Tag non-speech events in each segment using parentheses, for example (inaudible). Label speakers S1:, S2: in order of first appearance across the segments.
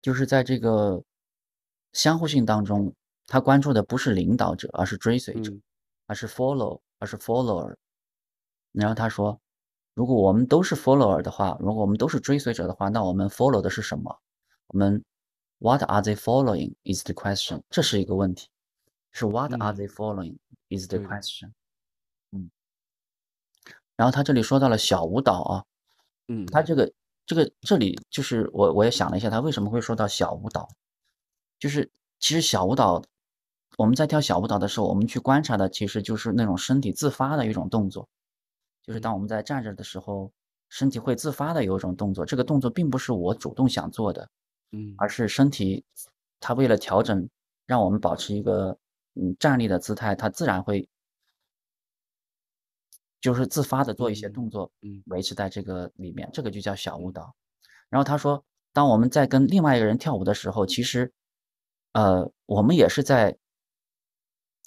S1: 就是在这个相互性当中，他关注的不是领导者，而是追随者，
S2: 嗯
S1: 而是 follow，而是 follower。然后他说，如果我们都是 follower 的话，如果我们都是追随者的话，那我们 follow 的是什么？我们 What are they following is the question，这是一个问题，是 What are
S2: 嗯，
S1: they following is the
S2: 对的，
S1: question。嗯，然后他这里说到了小舞蹈啊，他
S2: 嗯
S1: 这个这个这里就是我我也想了一下，他为什么会说到小舞蹈？就是其实小舞蹈，我们在跳小舞蹈的时候，我们去观察的其实就是那种身体自发的一种动作，就是当
S2: 嗯
S1: 我们在站着的时候，身体会自发的有一种动作，这个动作并不是我主动想做的，
S2: 嗯
S1: 而是身体它为了调整，让我们保持一个嗯站立的姿态，它自然会就是自发的做一些动
S2: 嗯
S1: 作，
S2: 嗯
S1: 维持在这个里面，这个就叫小舞
S2: 嗯
S1: 蹈。然后他说，当我们在跟另外一个人跳舞的时候，其实，呃，我们也是在，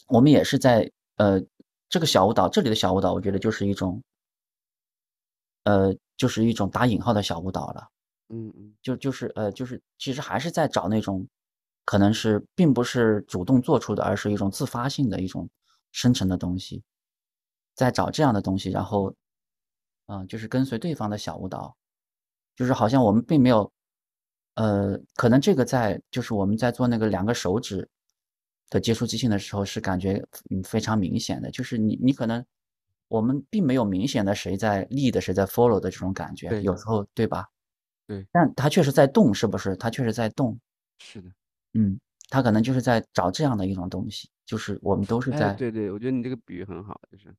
S1: 我们也是在，呃，这个小舞蹈，这里的小舞蹈，我觉得就是一种，呃，就是一种打引号的小舞蹈了。
S2: 嗯嗯
S1: 就就是呃，就是其实还是在找那种，可能是并不是主动做出的，而是一种自发性的一种生成的东西，在找这样的东西，然后嗯、呃就是跟随对方的小舞蹈，就是好像我们并没有，呃，可能这个在就是我们在做那个两个手指的接触即兴的时候是感觉嗯非常明显的，就是你你可能我们并没有明显的谁在 lead 谁在 follow 的这种感觉，
S2: 对
S1: 有时
S2: 的，
S1: 候对吧？
S2: 对，
S1: 但他确实在动，是不是？他确实在动，
S2: 是的。
S1: 嗯，他可能就是在找这样的一种东西，就是我们都是
S2: 哎，
S1: 在，
S2: 对对，我觉得你这个比喻很好，就是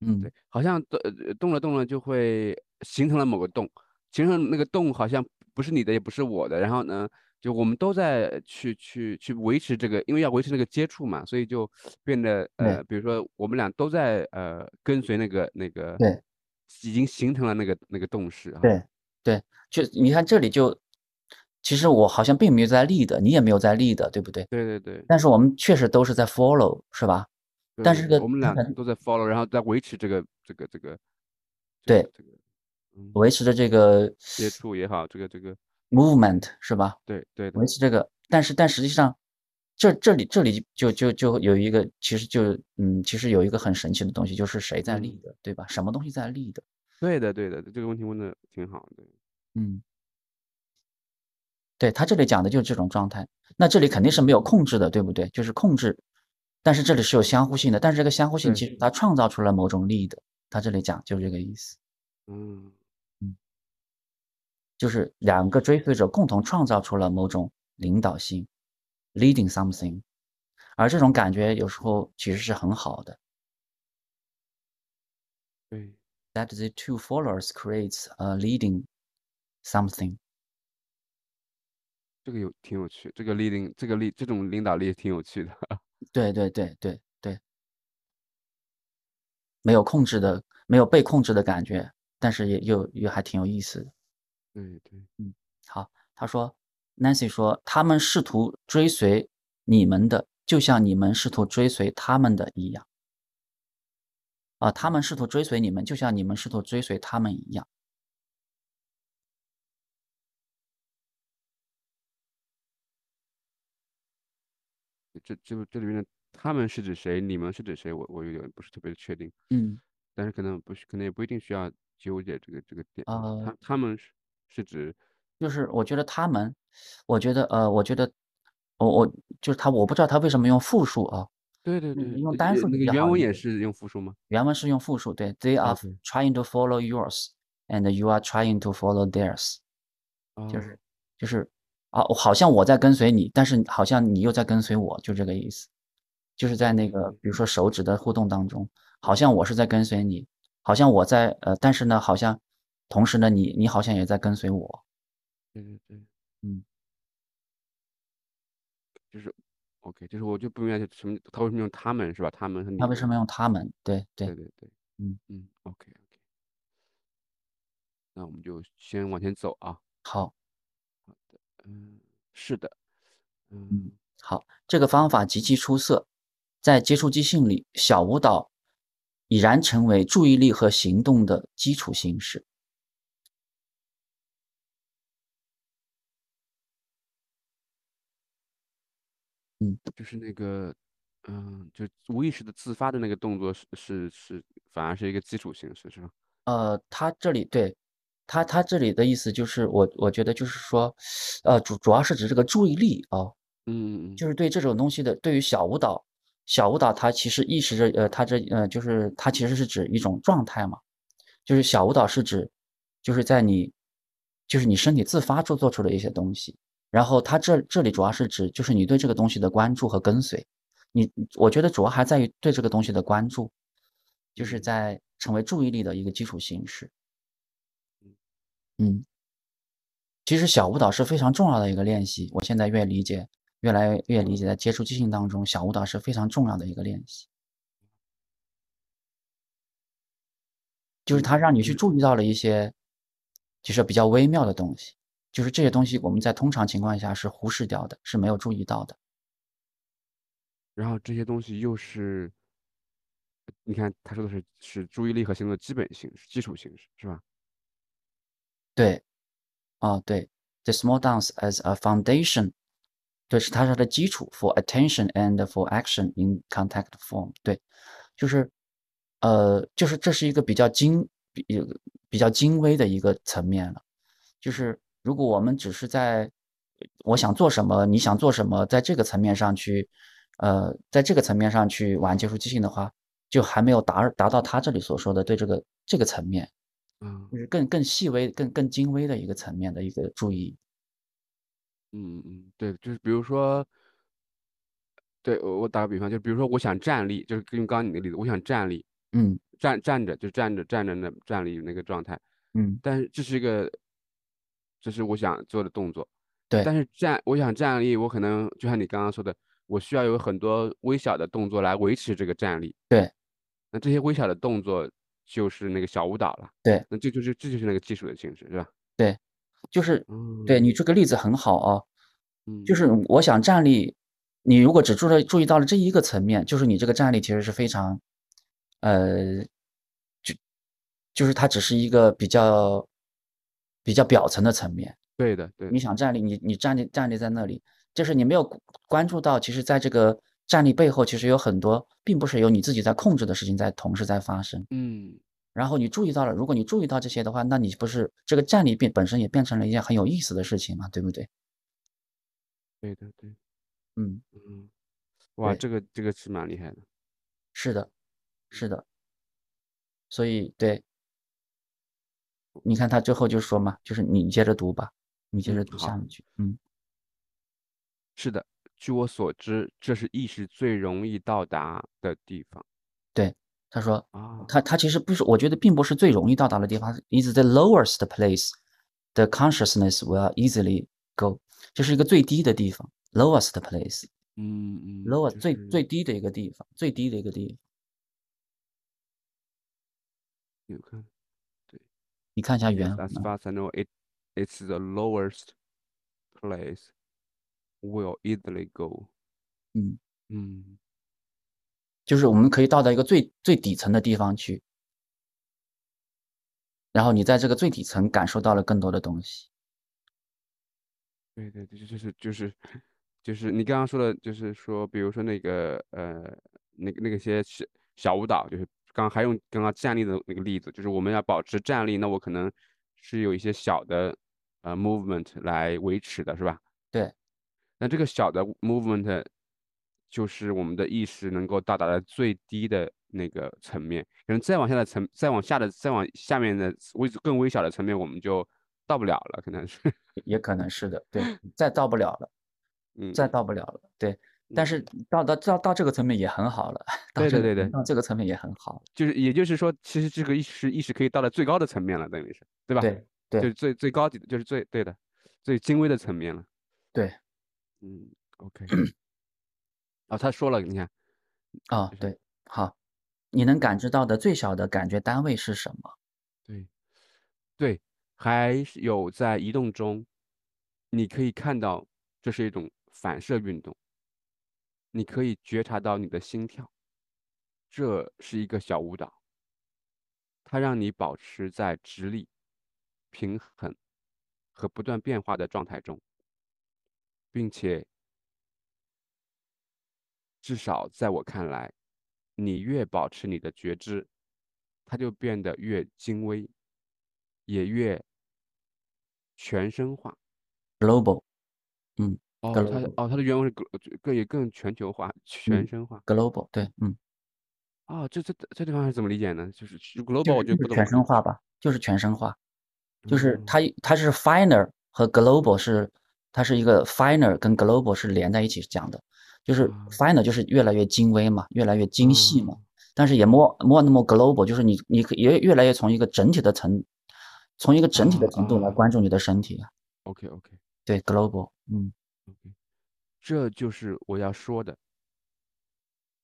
S1: 嗯，
S2: 对，好像动呃动了动了就会形成了某个洞，形成那个洞好像不是你的，也不是我的，然后呢，就我们都在去去去维持这个，因为要维持那个接触嘛，所以就变得
S1: 对
S2: 呃，比如说我们俩都在呃跟随那个那个
S1: 对
S2: 已经形成了那个那个洞势哈，
S1: 对对，就你看这里就，其实我好像并没有在立的，你也没有在立的，对不对？
S2: 对对对
S1: 但是我们确实都是在 follow，是吧？
S2: 对
S1: 但
S2: 对
S1: 是
S2: 对，
S1: 这个
S2: 我们
S1: 他
S2: 俩
S1: 可能
S2: 都在 follow，然后在维持这个这个这个这
S1: 对
S2: 个这个嗯
S1: 维持着这个
S2: 接触也好，这个这个
S1: movement 是吧？
S2: 对对的，
S1: 维持这个，但是但实际上，这这里这里就就就有一个，其实就嗯，其实有一个很神奇的东西，就是谁在立
S2: 嗯。
S1: 的，对吧？什么东西在立的？
S2: 对的，对的，这个问题问的挺好的。
S1: 嗯，对，他这里讲的就是这种状态。那这里肯定是没有控制的，对不对？就是控制，但是这里是有相互性的，但是这个相互性
S2: 对，
S1: 其实它创造出了某种力的。他这里讲就是这个意思，
S2: 嗯，
S1: 嗯，就是两个追随者共同创造出了某种领导性，leading something，而这种感觉有时候其实是很好的。
S2: 对，
S1: that the two followers creates a leading something。
S2: 这个有挺有趣，这个 leading，这个力，这种领导力挺有趣的。 (laughs)
S1: 对对对对对，没有控制的，没有被控制的感觉，但是也又又还挺有意思的。
S2: 对对，
S1: 嗯，好，他说，Nancy 说，他们试图追随你们的，就像你们试图追随他们的一样啊，他们试图追随你们，就像你们试图追随他们一样。
S2: 这这这里面的他们是指谁，你们是指谁，我我有点不是特别确定，
S1: 嗯，
S2: 但是可能不是，可能也不一定需要纠结这个这个点啊。
S1: 呃，
S2: 他他们是是指，
S1: 就是我觉得他们，我觉得呃，我觉得我我就是他，我不知道他为什么用复数啊，
S2: 对对
S1: 嗯
S2: 对，
S1: 用
S2: 呃
S1: 单
S2: 也
S1: 数
S2: 那
S1: 比
S2: 个
S1: 较
S2: 原
S1: 好
S2: 文
S1: 理解。
S2: 也是用复数吗
S1: 原文是用复数，对，they are
S2: ？OK，
S1: trying to follow yours and you are trying to follow theirs，就
S2: 哦，
S1: 是就是啊，好像我在跟随你，但是好像你又在跟随我，就这个意思。就是在那个
S2: 嗯
S1: 比如说手指的互动当中，好像我是在跟随你，好像我在呃，但是呢，好像同时呢，你你好像也在跟随我，
S2: 对对对，
S1: 嗯，
S2: 就是 OK，就是我就不明白什么，他为什么用他们是吧？他们和
S1: 他
S2: 你
S1: 为什
S2: 们，
S1: 么用他们？对嗯对，
S2: 对对对，
S1: 嗯，
S2: 嗯，OK OK。那我们就先往前走啊。
S1: 好。
S2: 嗯，是的，嗯，
S1: 嗯，好，这个方法极其出色，在接触即兴里，小舞蹈已然成为注意力和行动的基础形式。嗯，
S2: 就是那个，嗯，就无意识的自发的那个动作是是是，反而是一个基础形式，是吧？
S1: 呃，他这里对他他这里的意思就是我我觉得就是说，呃，主主要是指这个注意力啊、
S2: 嗯
S1: 就是对这种东西的，对于小舞蹈，小舞蹈它其实意识着，呃，它这呃就是它其实是指一种状态嘛，就是小舞蹈是指，就是在你，就是你身体自发做做出的一些东西，然后它这这里主要是指就是你对这个东西的关注和跟随，你我觉得主要还在于对这个东西的关注，就是
S2: 嗯
S1: 在成为注意力的一个基础形式，嗯。其实小舞蹈是非常重要的一个练习，我现在越理解，越来越理解，在接触即兴当中，小舞蹈是非常重要的一个练习，就是
S2: 嗯
S1: 它让你去
S2: 嗯
S1: 注意到了一些，就是比较微妙的东西，就是这些东西我们在通常情况下是忽视掉的，是没有注意到的。
S2: 然后这些东西又是，呃你看他说的是是注意力和行动的基本形式、基础形式，是吧？
S1: 对，啊，对，the small dance as a foundation，对，是它是它的基础，for attention and for action in contact form，对，就是，呃，就是这是一个比较精比比较精微的一个层面了，就是如果我们只是在我想做什么，你想做什么，在这个层面上去，呃，在这个层面上去玩接触即兴的话，就还没有达达到他这里所说的对这个这个层面。
S2: 嗯
S1: 就是更更细微、更更精微的一个层面的一个注意。
S2: 嗯嗯嗯，对，就是比如说，对我我打个比方，就比如说我想站立，就是用刚刚你的例子，我想站立，
S1: 嗯
S2: 站站着就站着站着那站立那个状态，
S1: 嗯，
S2: 但是这是一个，这是我想做的动作，
S1: 对
S2: 但是站我想站立，我可能就像你刚刚说的，我需要有很多微小的动作来维持这个站立，
S1: 对
S2: 那这些微小的动作就是那个小舞蹈了，
S1: 对
S2: 那这就是这就是那个技术的形式，是吧？
S1: 对，就是对你
S2: 嗯
S1: 这个例子很好啊。就
S2: 嗯
S1: 是我想站立，你如果只注了注意到了这一个层面，就是你这个站立其实是非常，呃，就就是它只是一个比较比较表层的层面。
S2: 对的对
S1: 你
S2: 的，
S1: 想站立，你你站立站立在那里，就是你没有关关注到，其实在这个站立背后，其实有很多并不是由你自己在控制的事情在同时在发生。
S2: 嗯
S1: 然后你注意到了，如果你注意到这些的话，那你不是这个站立变本身也变成了一件很有意思的事情嘛，对不对？
S2: 对的对的，
S1: 嗯，
S2: 嗯，哇，
S1: 对，
S2: 这个这个是蛮厉害的，
S1: 是的，是的，所以对，你看他最后就说嘛，就是你接着读吧，你接
S2: 嗯
S1: 着读
S2: 好。
S1: 下一句，嗯
S2: 是的，据我所知，这是意识最容易到达的地方
S1: 对，他说，
S2: 啊。
S1: 他他其实不是，我觉得并不是最容易到达的地方，is the lowest place the consciousness will easily go，这是一个最低的地方，lowest place，lower
S2: 嗯嗯，就
S1: 最
S2: 是
S1: 最低的一个地方，最低的一个地方。
S2: 你看，对
S1: 你看一下
S2: ，Yes,
S1: 原
S2: as
S1: 文啊，
S2: far as I know, it it's the lowest place will easily go。
S1: 嗯，
S2: 嗯，
S1: 就是我们可以到达一个最最底层的地方去，然后你在这个最底层感受到了更多的东西。
S2: 对对对，就是就是就是你刚刚说的，就是说，比如说那个呃，那个那个些小小舞蹈，就是刚还用刚刚站立的那个例子，就是我们要保持站立，那我可能是有一些小的呃 movement 来维持的，是吧？
S1: 对
S2: 那这个小的 movement 就是我们的意识能够到达的最低的那个层面，可能再往下的层，再往下的，再往下面的微更微小的层面，我们就到不了了，可能是， (laughs)
S1: 也，也可能是的，对，再到不了了，再
S2: 嗯
S1: 到不了了，对。但
S2: 嗯，
S1: 是到到到到这个层面也很好了，到
S2: 对
S1: 这
S2: 的
S1: 个
S2: 对的，
S1: 到这个层面也很好了，
S2: 就是也就是说，其实这个意识意识可以到达最高的层面了，等于是，对吧？
S1: 对
S2: 就
S1: 对
S2: 是最最高级的，就是最对的，最精微的层面了，
S1: 对
S2: 嗯，OK，哦，他说了，你看，
S1: 啊、
S2: 就是
S1: 对，好，你能感
S2: 嗯，
S1: 知到的最小的感觉单位是什么？
S2: 对。对，还是有在移动中，你可以看到这是一种反射运动，你可以觉察到你的心跳，这是一个小舞蹈，它让你保持在直立、平衡和不断变化的状态中，并且至少在我看来，你越保持你的觉知，它就变得越精微，也越全身化。
S1: global
S2: 哦，
S1: 格
S2: 它
S1: 鲁
S2: 哦，它的原文是格更也更全球化、 (laughs) 全身化。
S1: global 对，嗯，
S2: 哦，这这这地方是怎么理解呢？就是就
S1: 就
S2: global 我
S1: 是
S2: 就不
S1: 就是
S2: 懂
S1: 全
S2: 了
S1: 身化吧，就是全身化，就是
S2: 嗯
S1: 它它是 finer 和 global 是它是一个 finer 跟 global 是连在一起讲的，就是
S2: 啊
S1: finer 就是越来越精微嘛，越来越精细嘛，
S2: 嗯
S1: 但是也 more more 那么 global，就是你你可也越来越从一个整体的层，从一个整体的
S2: 啊
S1: 程度来
S2: 啊
S1: 关注你的身体啊，
S2: OK OK
S1: 对 global，嗯
S2: OK，这就是我要说的，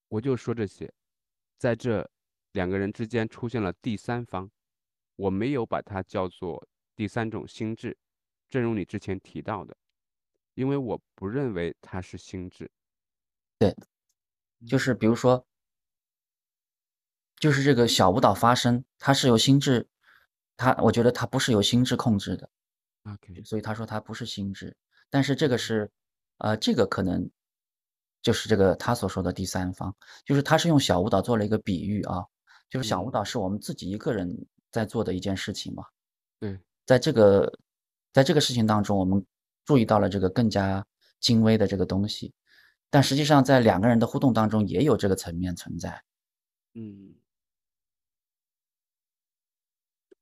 S2: 我就说这些，在这两个人之间出现了第三方，我没有把它叫做第三种心智，正如你之前提到的，因为我不认为它是心智。
S1: 对，
S2: 嗯
S1: 就是比如说，就是这个小舞蹈发生，它是由心智，它我觉得它不是由心智控制的。
S2: OK，
S1: 所以他说他不是心智，但是
S2: 嗯
S1: 这个是，呃，这个可能就是这个他所说的第三方，就是他是用小舞蹈做了一个比喻啊，就是小舞
S2: 嗯
S1: 蹈是我们自己一个人在做的一件事情嘛，
S2: 对，
S1: 在这个在这个事情当中，我们注意到了这个更加精微的这个东西，但实际上在两个人的互动当中也有这个层面存在，
S2: 嗯，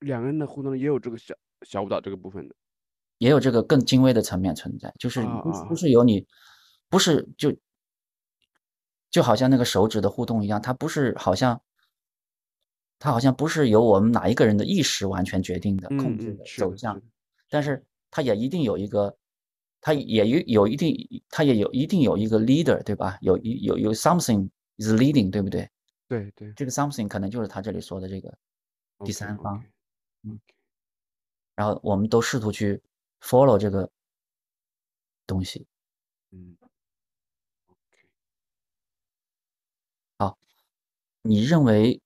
S2: 两个人的互动也有这个小小舞蹈这个部分的。
S1: 也有这个更精微的层面存在，就是
S2: 啊
S1: 不
S2: 啊
S1: 是不是由你，不是就就好像那个手指的互动一样，它不是好像，它好像不是由我们哪一个人的意识完全决定的、控
S2: 嗯
S1: 制
S2: 嗯，
S1: 的
S2: 是
S1: 走
S2: 的，是
S1: 向
S2: 的，，
S1: 但是它也一定有一个，它也有有一定，它也有一定有一个 leader，对吧？有一有有 something is leading，对不对？
S2: 对对。
S1: 这个 something 可能就是他这里说的这个第
S2: OK
S1: 三
S2: OK
S1: 方，嗯，然后我们都试图去 follow 这个东西。
S2: 嗯，OK，
S1: 你认为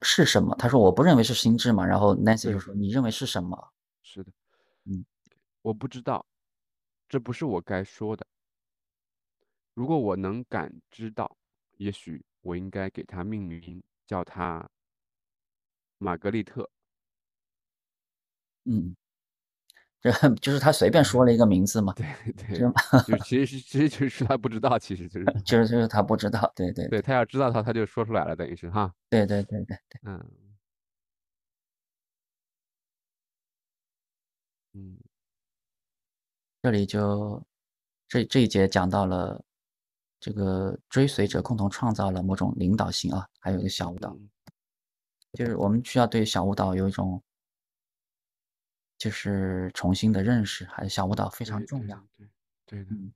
S1: 是什么？他说我不认为是心智嘛。然后 Nancy 就
S2: 对
S1: 说你认为是什么？
S2: 是的，
S1: 嗯，
S2: 我不知道，这不是我该说的。如果我能感知到，也许我应该给它命名，叫它玛格丽特。 (laughs)
S1: 嗯，这就是他随便说了一个名字嘛，
S2: 对对
S1: 是，
S2: 就是其实是其实就是他不知道，其实就是
S1: (laughs) 就是就是他不知道。对对
S2: 对他要知道他他就说出来了，等于是哈，
S1: 对对对对，
S2: 嗯嗯
S1: 这里就这这一节讲到了这个追随者共同创造了某种领导性啊，还有一个小舞蹈，
S2: 嗯
S1: 就是我们需要对小舞蹈有一种就是重新的认识，还有小舞蹈非常
S2: 对
S1: 重
S2: 对
S1: 要。
S2: 对对的
S1: 嗯，